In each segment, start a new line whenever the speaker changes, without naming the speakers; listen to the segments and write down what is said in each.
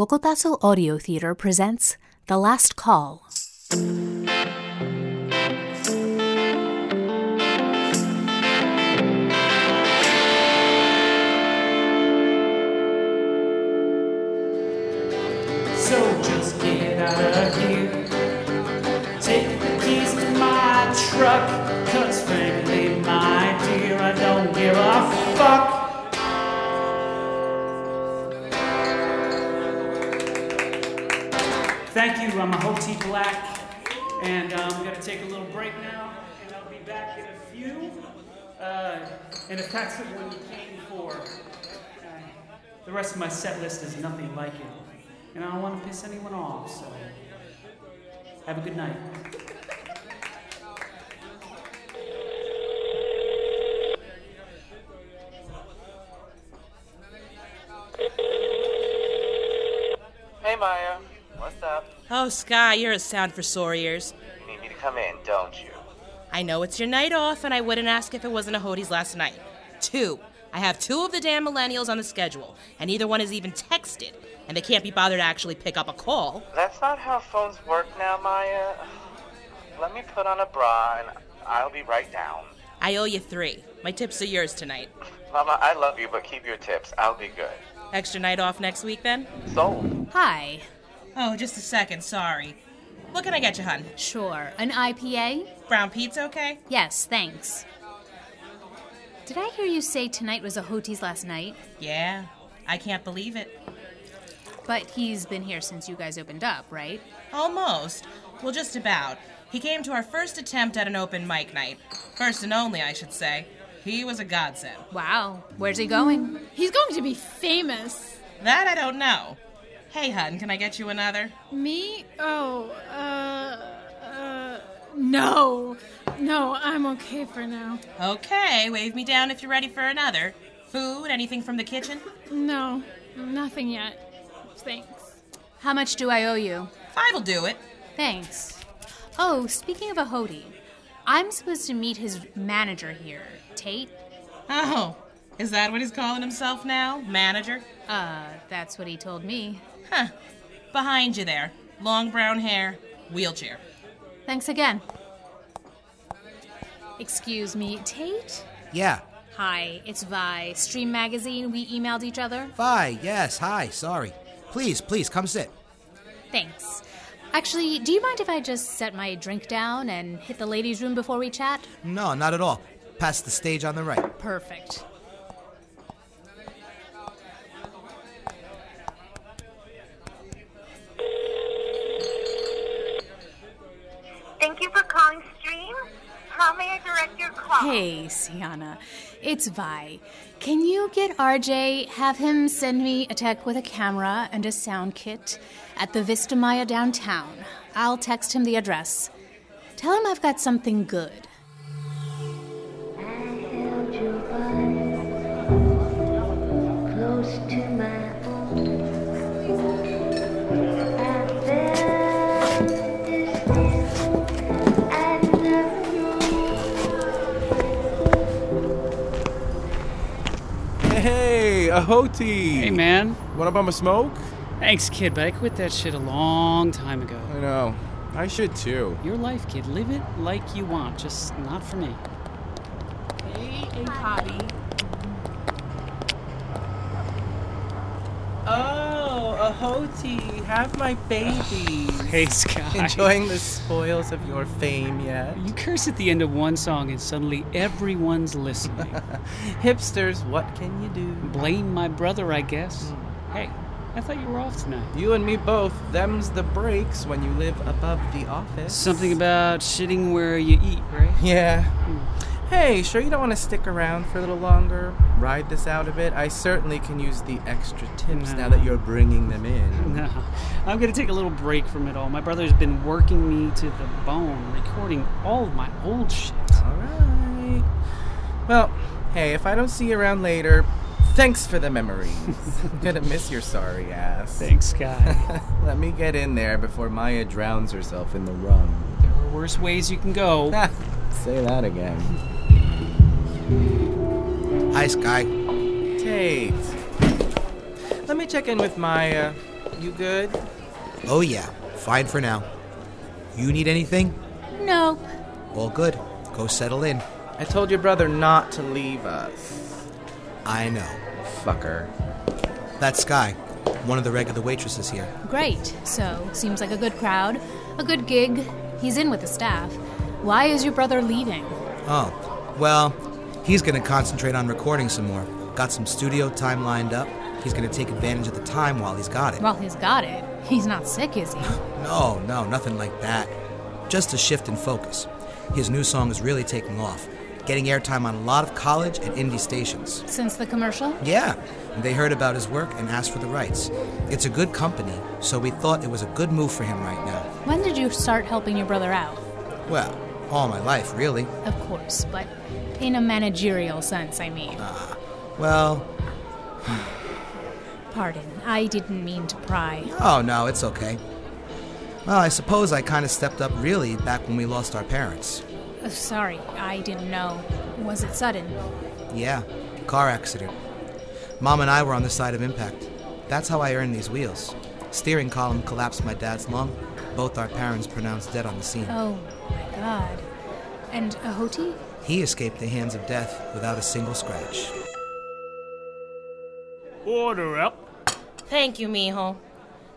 Cocotazo Audio Theater presents The Last Call.
So just get out of here. Take the keys to my truck. Cause frankly, my dear, I don't give a fuck. Thank you, I'm a Hoti Black. And uh, I'm gonna take a little break now, and I'll be back in a few. Uh, and if that's the one you came for, uh, the rest of my set list is nothing like it. And I don't want to piss anyone off, so have a good night.
Hey Maya, what's up?
Oh, Sky, you're a sound for sore ears.
You need me to come in, don't you?
I know it's your night off, and I wouldn't ask if it wasn't a Hodie's last night. Two. I have two of the damn millennials on the schedule, and neither one is even texted, and they can't be bothered to actually pick up a call.
That's not how phones work now, Maya. Let me put on a bra and I'll be right down.
I owe you three. My tips are yours tonight.
Mama, I love you, but keep your tips. I'll be good.
Extra night off next week, then?
Sold.
Hi.
Oh, just a second, sorry. What can I get you, hun?
Sure. An IPA?
Brown pizza, okay?
Yes, thanks. Did I hear you say tonight was a Hoti's last night?
Yeah, I can't believe it.
But he's been here since you guys opened up, right?
Almost. Well, just about. He came to our first attempt at an open mic night. First and only, I should say. He was a godsend.
Wow. Where's he going?
He's going to be famous.
That I don't know. Hey, hun, can I get you another?
Me? Oh, uh, uh, no. No, I'm okay for now.
Okay, wave me down if you're ready for another. Food, anything from the kitchen?
No, nothing yet. Thanks.
How much do I owe you?
Five'll do it.
Thanks. Oh, speaking of a Hoti, I'm supposed to meet his manager here, Tate.
Oh, is that what he's calling himself now? Manager?
Uh, that's what he told me.
Huh. Behind you there. Long brown hair, wheelchair.
Thanks again. Excuse me, Tate?
Yeah.
Hi, it's Vi, Stream Magazine. We emailed each other.
Bye. Yes. Hi. Sorry. Please, please come sit.
Thanks. Actually, do you mind if I just set my drink down and hit the ladies' room before we chat?
No, not at all. Past the stage on the right.
Perfect.
Thank you for calling Stream. How may I direct your call?
Hey, Sienna, it's Vi. Can you get RJ, have him send me a tech with a camera and a sound kit at the Vista Maya downtown? I'll text him the address. Tell him I've got something good.
I held your body close to my own. I felt this thing I'd never known.
Hey, Ahoti!
Hey, man.
What about my smoke?
Thanks, kid, but I quit that shit a long time ago.
I know. I should too.
Your life, kid. Live it like you want, just not for me.
Oh, Ahoti, have my baby.
Hey, Sky.
Enjoying the spoils of your fame yet?
You curse at the end of one song and suddenly everyone's listening.
Hipsters, what can you do?
Blame my brother, I guess. Hey, I thought you were off tonight.
You and me both, them's the breaks when you live above the office.
Something about shitting where you eat, right?
Yeah. Hey, sure you don't want to stick around for a little longer? Ride this out a bit? I certainly can use the extra tips now that you're bringing them in.
No. I'm going to take a little break from it all. My brother's been working me to the bone, recording all of my old shit.
Alright. Well, hey, if I don't see you around later, thanks for the memories. I'm gonna miss your sorry ass.
Thanks, Sky.
Let me get in there before Maya drowns herself in the rum.
there are worse ways you can go.
Say that again.
Hi, Sky.
Tate. Let me check in with Maya.
You good?
Oh, yeah. Fine for now. You need anything?
Nope.
All good. Go settle in.
I told your brother not to leave us.
I know.
Fucker.
That's Sky, one of the regular waitresses here.
Great. So, seems like a good crowd, a good gig. He's in with the staff. Why is your brother leaving?
Oh, well, he's gonna concentrate on recording some more. Got some studio time lined up. He's gonna take advantage of the time while he's got it.
Well, he's got it. He's not sick, is he?
No, Oh, no, nothing like that. Just a shift in focus. His new song is really taking off, getting airtime on a lot of college and indie stations.
Since the commercial?
Yeah, they heard about his work and asked for the rights. It's a good company, so we thought it was a good move for him right now.
When did you start helping your brother out?
Well, all my life, really.
Of course, but in a managerial sense, I mean.
Well,
Pardon, I didn't mean to pry.
oh no, it's okay. Well, I suppose I kind of stepped up really back when we lost our parents.
Oh, sorry, I didn't know. Was it sudden?
Yeah, car accident. Mom and I were on the side of impact. That's how I earned these wheels. Steering column collapsed my dad's lung. Both our parents pronounced dead on the scene.
Oh my god. And uh, Ahoti?
He escaped the hands of death without a single scratch.
Order up.
Thank you, mijo.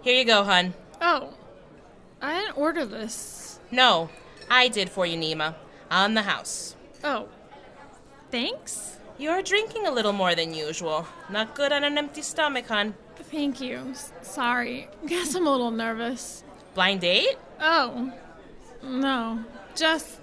Here you go, hun.
Oh, I didn't order this.
No, I did for you, Nima. On the house.
Oh, thanks?
You're drinking a little more than usual. Not good on an empty stomach, hun.
Thank you. S- sorry. Guess I'm a little nervous.
Blind date?
Oh, no. Just,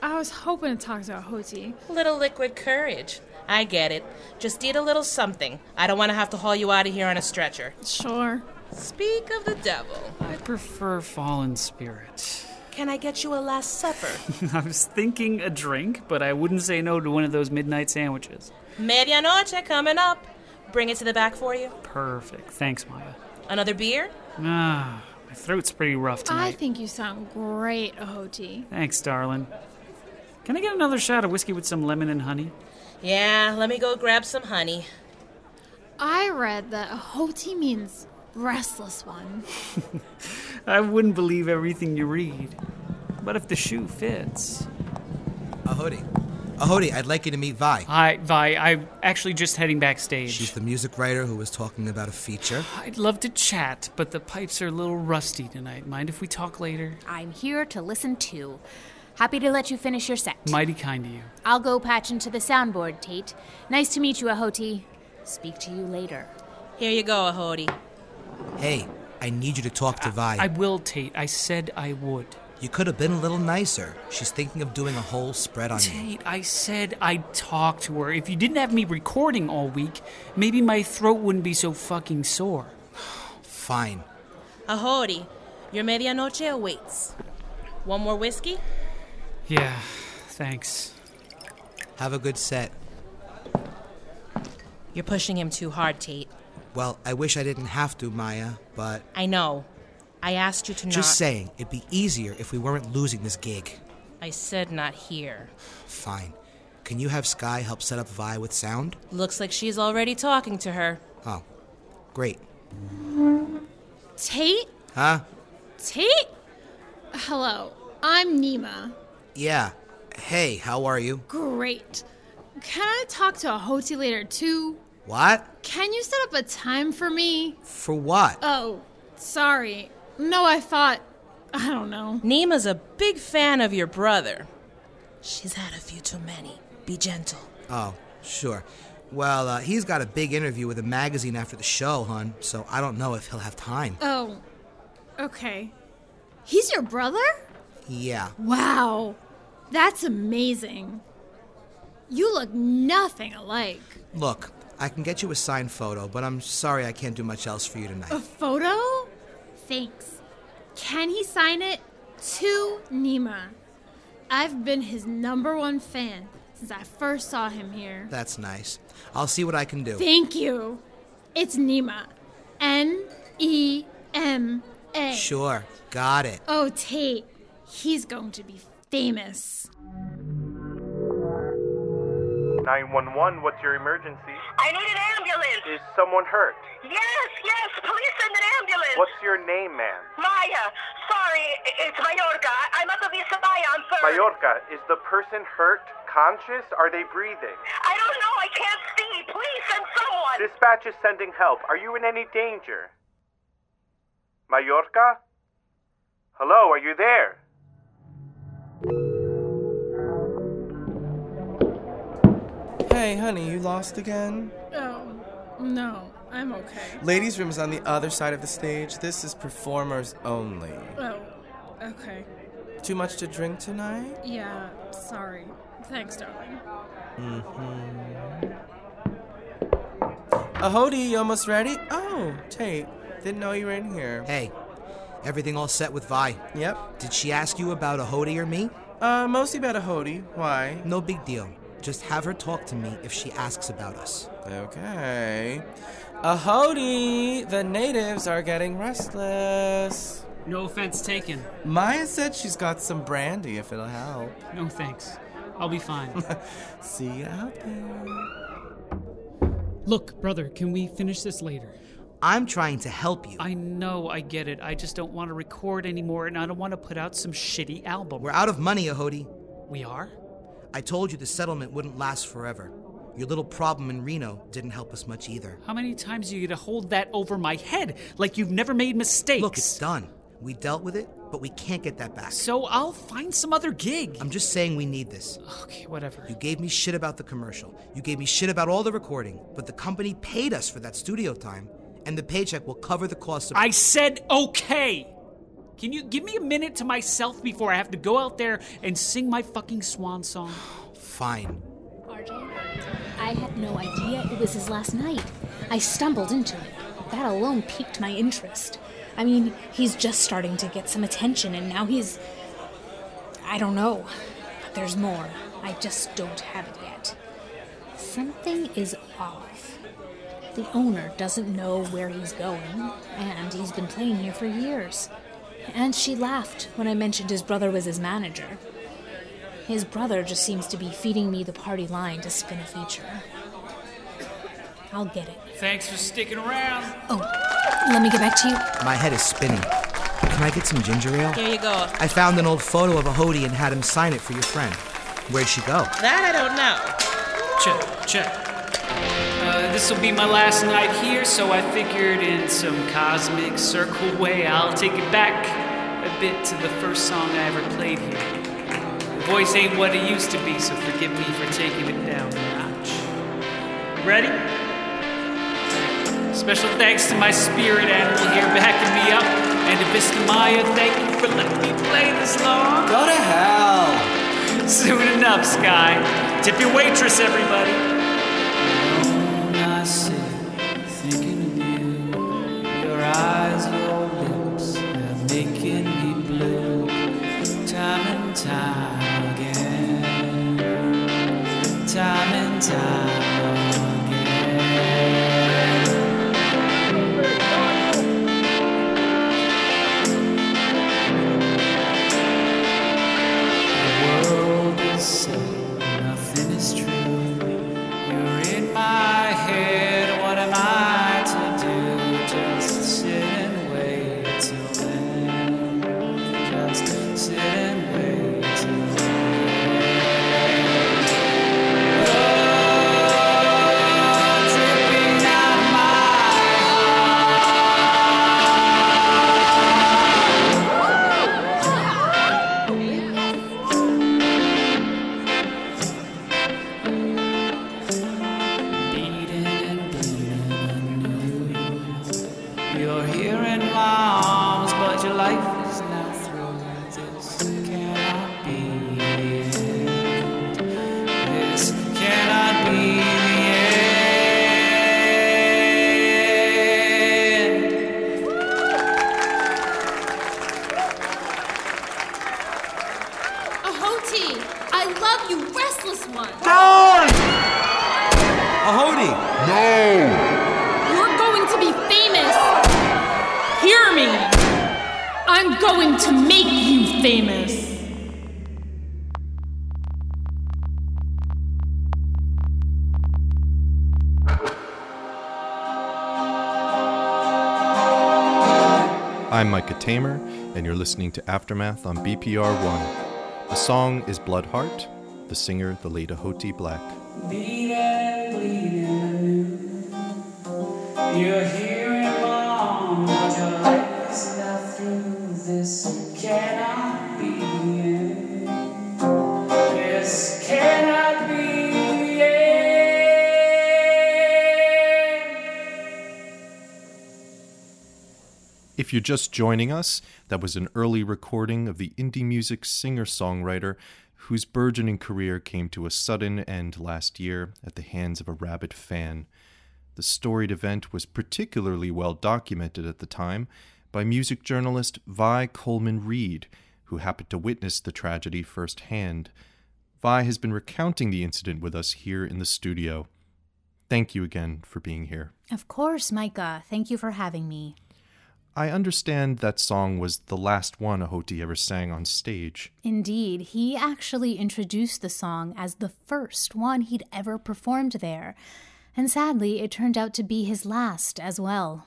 I was hoping to talk to Ahoti.
Little liquid courage. I get it. Just eat a little something. I don't want to have to haul you out of here on a stretcher.
Sure.
Speak of the devil.
I prefer fallen spirit.
Can I get you a last supper?
I was thinking a drink, but I wouldn't say no to one of those midnight sandwiches.
Medianoche coming up. Bring it to the back for you.
Perfect. Thanks, Maya.
Another beer?
Ah, my throat's pretty rough tonight.
I think you sound great, Ahoti.
Thanks, darling. Can I get another shot of whiskey with some lemon and honey?
Yeah, let me go grab some honey.
I read that Ahoti means restless one.
I wouldn't believe everything you read. But if the shoe fits.
Ahodi. Ahodi, I'd like you to meet Vi.
Hi, Vi. I'm actually just heading backstage.
She's the music writer who was talking about a feature.
I'd love to chat, but the pipes are a little rusty tonight. Mind if we talk later?
I'm here to listen to. Happy to let you finish your set.
Mighty kind of you.
I'll go patch into the soundboard, Tate. Nice to meet you, Ahoti. Speak to you later.
Here you go, Ahodi.
Hey, I need you to talk to Vi.
I will, Tate. I said I would.
you could have been a little nicer. She's thinking of doing a whole spread on you.
Tate, I said I'd talk to her. If you didn't have me recording all week, maybe my throat wouldn't be so fucking sore.
Fine.
Ahori, your medianoche awaits. One more whiskey?
Yeah, thanks.
Have a good set.
You're pushing him too hard, Tate.
Well, I wish I didn't have to, Maya, but
I know. I asked you to not.
just saying, it'd be easier if we weren't losing this gig.
I said not here.
Fine. Can you have Sky help set up Vi with sound?
Looks like she's already talking to her.
Oh, great.
Tate?
Huh?
Tate? Hello, I'm Nima.
Yeah. Hey, how are you?
Great. Can I talk to Ahoti later too?
What?
Can you set up a time for me?
For what?
Oh, sorry. No, I thought. I don't know.
Nima's a big fan of your brother. She's had a few too many. Be gentle.
Oh, sure. Well, uh, he's got a big interview with a magazine after the show, hun, so I don't know if he'll have time.
Oh, okay. He's your brother?
Yeah.
Wow, that's amazing. You look nothing alike.
Look, I can get you a signed photo, but I'm sorry I can't do much else for you tonight.
A photo? Thanks. Can he sign it? To Nima. I've been his number one fan since I first saw him here.
That's nice. I'll see what I can do.
Thank you. It's Nima. N E M A.
Sure. Got it.
Oh, Tate, he's going to be famous.
911, what's your emergency?
I need an ambulance.
Is someone hurt?
Yes, yes, please send an ambulance.
What's your name, ma'am?
Maya, sorry, i- it's Mallorca. I- I'm at the Vista Maya. I'm third.
Mallorca, is the person hurt conscious? Are they breathing?
I don't know. I can't see. Please send someone.
Dispatch is sending help. Are you in any danger? Mallorca? Hello, are you there?
Hey, honey, you lost again?
Oh, no, I'm okay.
Ladies' room is on the other side of the stage. This is performers only.
Oh, okay.
Too much to drink tonight?
Yeah, sorry. Thanks, darling.
Mm-hmm. Ahodi, you almost ready? Oh, Tate. Didn't know you were in here.
Hey, everything all set with Vi?
Yep.
Did she ask you about a Hody or me?
Uh, mostly about a Hody. Why?
No big deal. Just have her talk to me if she asks about us.
Okay. Ahodi, the natives are getting restless.
No offense taken.
Maya said she's got some brandy if it'll help.
No thanks. I'll be fine.
See you out there.
Look, brother, can we finish this later?
I'm trying to help you.
I know, I get it. I just don't want to record anymore and I don't want to put out some shitty album.
We're out of money, Ahodi.
We are?
I told you the settlement wouldn't last forever. Your little problem in Reno didn't help us much either.
How many times are you going to hold that over my head like you've never made mistakes? Look, it's
done. We dealt with it, but we can't get that back.
So I'll find some other gig.
I'm just saying we need this.
Okay, whatever.
You gave me shit about the commercial. You gave me shit about all the recording, but the company paid us for that studio time, and the paycheck will cover the cost of.
I said okay. Can you give me a minute to myself before I have to go out there and sing my fucking swan song?
Fine.
I had no idea it was his last night. I stumbled into it. That alone piqued my interest. I mean, he's just starting to get some attention, and now he's. I don't know. But there's more. I just don't have it yet. Something is off. The owner doesn't know where he's going, and he's been playing here for years. And she laughed when I mentioned his brother was his manager. His brother just seems to be feeding me the party line to spin a feature. I'll get it.
Thanks for sticking around.
Oh, let me get back to you.
My head is spinning. Can I get some ginger ale?
Here you go.
I found an old photo of a Hody and had him sign it for your friend. Where'd she go?
That I don't know.
Check, check. Uh, this will be my last night here, so I figured in some cosmic circle way I'll take it back a bit to the first song I ever played here. The voice ain't what it used to be, so forgive me for taking it down a notch. Ready? Special thanks to my spirit animal here backing me up, and to Vista Maya, thank you for letting me play this long.
Go to hell!
Soon enough, Sky. Tip your waitress, everybody.
I sit thinking of you, your eyes, your lips are making me blue, time and time again, time and time again. The world is said, nothing is true. You're in my head, what am I to do? Just sit and wait till then. Just sit and wait till then. Oh, dripping out Beating and bleeding, I knew you're here in my arms, but your life is now through. This cannot be the end. This cannot be the end.
Ahoti, Oh, I love you, restless one.
Ahodi! No!
You're going to be famous. Hear me. I'm going to make you famous.
I'm Micah Tamer, and you're listening to Aftermath on BPR One. The song is Blood Heart, the singer, the late Ahoti Black.
Bleeding, bleeding, I knew You're here in my arms, but your legs not through this cannot be the end. This cannot be the end.
If you're just joining us, that was an early recording of the indie music singer songwriter whose burgeoning career came to a sudden end last year at the hands of a rabid fan. The storied event was particularly well documented at the time by music journalist Vi Coleman Reed, who happened to witness the tragedy firsthand. Vi has been recounting the incident with us here in the studio. Thank you again for being here.
Of course, Micah. Thank you for having me.
I understand that song was the last one Ahoti ever sang on stage.
Indeed, he actually introduced the song as the first one he'd ever performed there. And sadly, it turned out to be his last as well.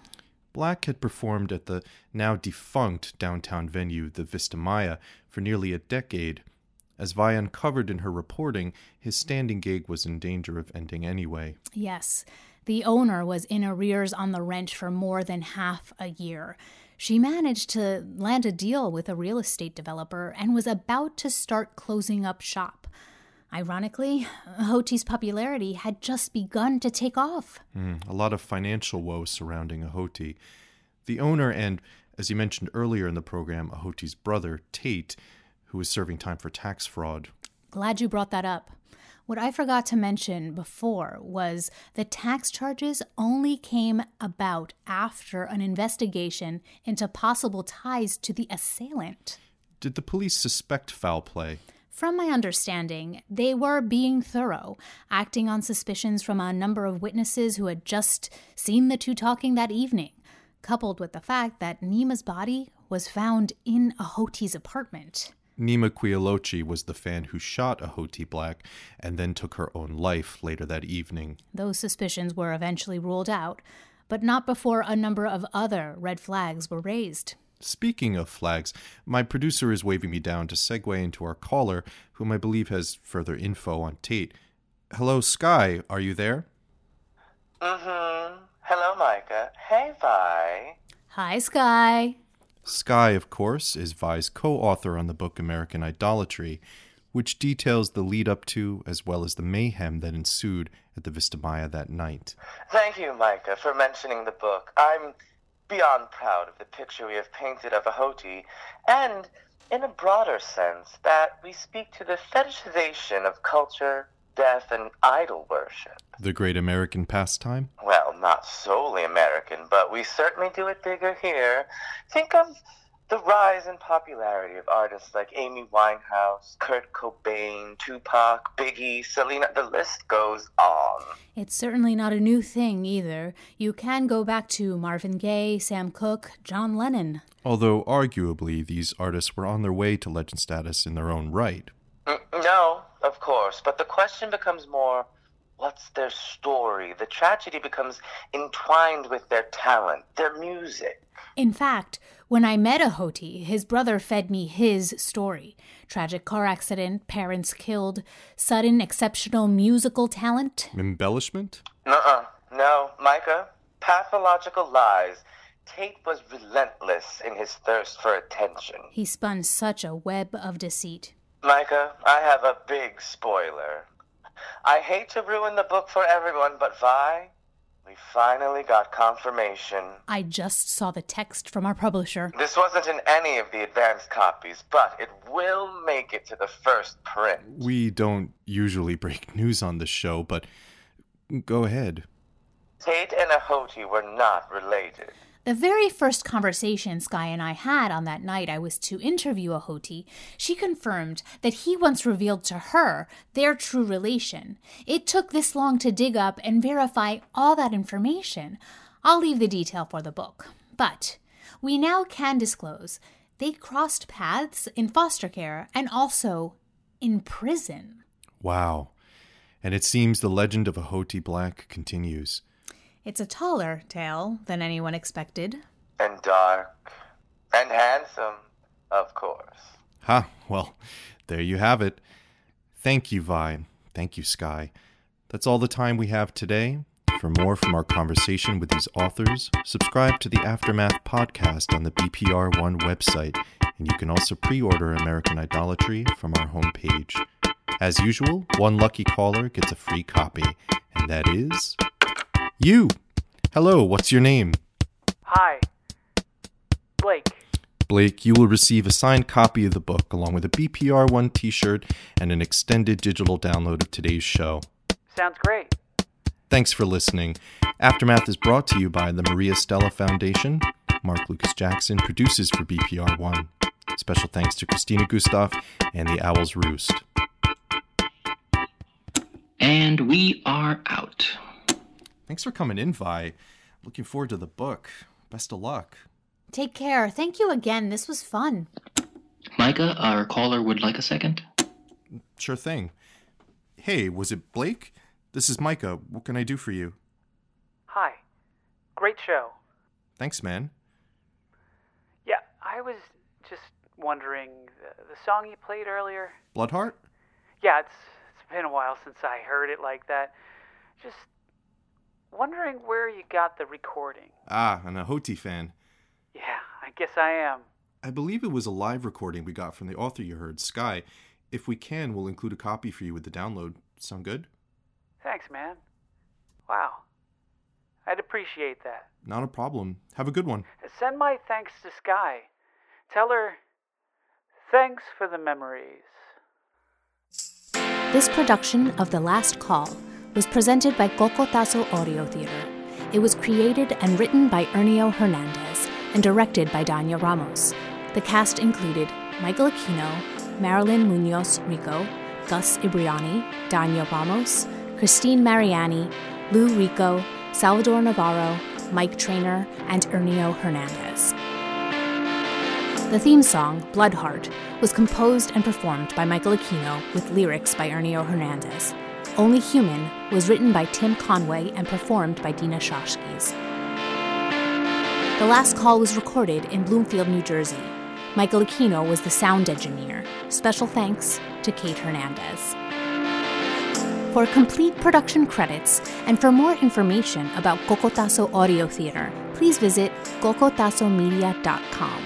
Black had performed at the now defunct downtown venue, the Vista Maya, for nearly a decade. As Vi uncovered in her reporting, his standing gig was in danger of ending anyway.
Yes, the owner was in arrears on the rent for more than half a year. She managed to land a deal with a real estate developer and was about to start closing up shop. Ironically, Hoti's popularity had just begun to take off.
Mm, a lot of financial woe surrounding Ahoti. The owner and, as you mentioned earlier in the program, Ahoti's brother, Tate, who is serving time for tax fraud.
Glad you brought that up. What I forgot to mention before was the tax charges only came about after an investigation into possible ties to the assailant.
Did the police suspect foul play?
From my understanding, they were being thorough, acting on suspicions from a number of witnesses who had just seen the two talking that evening, coupled with the fact that Nima's body was found in Ahoti's apartment.
Nima Quiolochi was the fan who shot Ahoti Black and then took her own life later that evening.
Those suspicions were eventually ruled out, but not before a number of other red flags were raised.
Speaking of flags, my producer is waving me down to segue into our caller, whom I believe has further info on Tate. Hello, Sky, are you there?
Mm-hmm. Hello, Micah. Hey, Vi.
Hi, Sky.
Sky, of course, is Vi's co author on the book American Idolatry, which details the lead up to as well as the mayhem that ensued at the Vista Maya that night.
Thank you, Micah, for mentioning the book. I'm beyond proud of the picture we have painted of Ahoti, and, in a broader sense, that we speak to the fetishization of culture, death, and idol worship.
The great American pastime?
Well, not solely American, but we certainly do it bigger here. Think of the rise in popularity of artists like Amy Winehouse, Kurt Cobain, Tupac, Biggie, Selena. The list goes on.
It's certainly not a new thing either. You can go back to Marvin Gaye, Sam Cooke, John Lennon.
Although, arguably, these artists were on their way to legend status in their own right.
Mm, No, of course, but the question becomes more what's their story? The tragedy becomes entwined with their talent, their music.
In fact, when I met Ahoti, his brother fed me his story tragic car accident, parents killed, sudden exceptional musical talent.
Embellishment?
Nuh-uh. No, Micah. Pathological lies. Tate was relentless in his thirst for attention.
He spun such a web of deceit.
Micah, I have a big spoiler. I hate to ruin the book for everyone, but Vi, we finally got confirmation.
I just saw the text from our publisher.
This wasn't in any of the advanced copies, but it will make it to the first print.
We don't usually break news on this show, but go ahead.
Tate and Ahoti were not related.
The very first conversation Sky and I had on that night I was to interview Ahoti, she confirmed that he once revealed to her their true relation. It took this long to dig up and verify all that information. I'll leave the detail for the book. But we now can disclose they crossed paths in foster care and also in prison.
Wow. And it seems the legend of Ahoti Black continues.
It's a taller tale than anyone expected.
And dark. course.
Ha, well, there you have it. Thank you, Vi. Thank you, Sky. That's all the time we have today. For more from our conversation with these authors, subscribe to the Aftermath podcast on the BPR One website, and you can also pre order American Idolatry from our homepage. As usual, one lucky caller gets a free copy, and that is you. Hello, what's your name?
Hi. Blake.
Blake, you will receive a signed copy of the book along with a BPR One t shirt and an extended digital download of today's show.
Sounds great.
Thanks for listening. Aftermath is brought to you by the Maria Stella Foundation. Mark Lucas Jackson produces for BPR One. Special thanks to Christina Gustav and the Owl's Roost.
And we are out.
Thanks for coming in, Vi. Looking forward to the book. Best of luck.
Take care. Thank you again. This was fun.
Micah, our caller would like a second.
Sure thing. Hey, was it Blake? This is Micah. What can I do for you?
Hi. Great show.
Thanks, man.
Yeah, I was just wondering the, the song you played earlier.
Bloodheart?
Yeah, it's it's been a while since I heard it like that. Just wondering where you got the recording.
Ah, an Ahoti fan.
Yeah, I guess I am.
I believe it was a live recording we got from the author you heard, Sky. If we can, we'll include a copy for you with the download. Sound good?
Thanks, man. Wow. I'd appreciate that.
Not a problem. Have a good one.
Send my thanks to Sky. Tell her thanks for the memories.
This production of The Last Call was presented by Cocotazo Oreo Theater. It was created and written by Ernio Hernandez and directed by Danya Ramos. The cast included Michael Aquino, Marilyn Munoz Rico, Gus Ibriani, Danya Ramos, Christine Mariani, Lou Rico, Salvador Navarro, Mike Trainer, and Ernio Hernandez. The theme song, Bloodheart, was composed and performed by Michael Aquino with lyrics by Ernio Hernandez. Only Human was written by Tim Conway and performed by Dina Shashkis. The last call was recorded in Bloomfield, New Jersey. Michael Aquino was the sound engineer. Special thanks to Kate Hernandez. For complete production credits and for more information about Cocotazo Audio Theater, please visit cocotazomedia.com.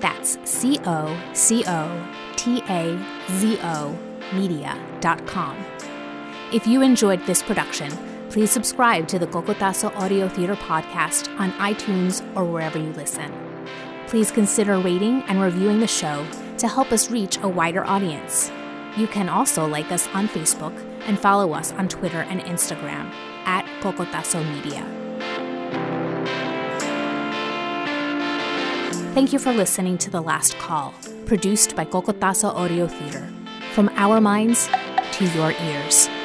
That's C O C O T A Z O media.com. If you enjoyed this production, please subscribe to the Cocotazo Audio Theater podcast on iTunes or wherever you listen. Please consider rating and reviewing the show to help us reach a wider audience. You can also like us on Facebook and follow us on Twitter and Instagram at Cocotazo Media. Thank you for listening to The Last Call, produced by Cocotazo Audio Theater. From our minds to your ears.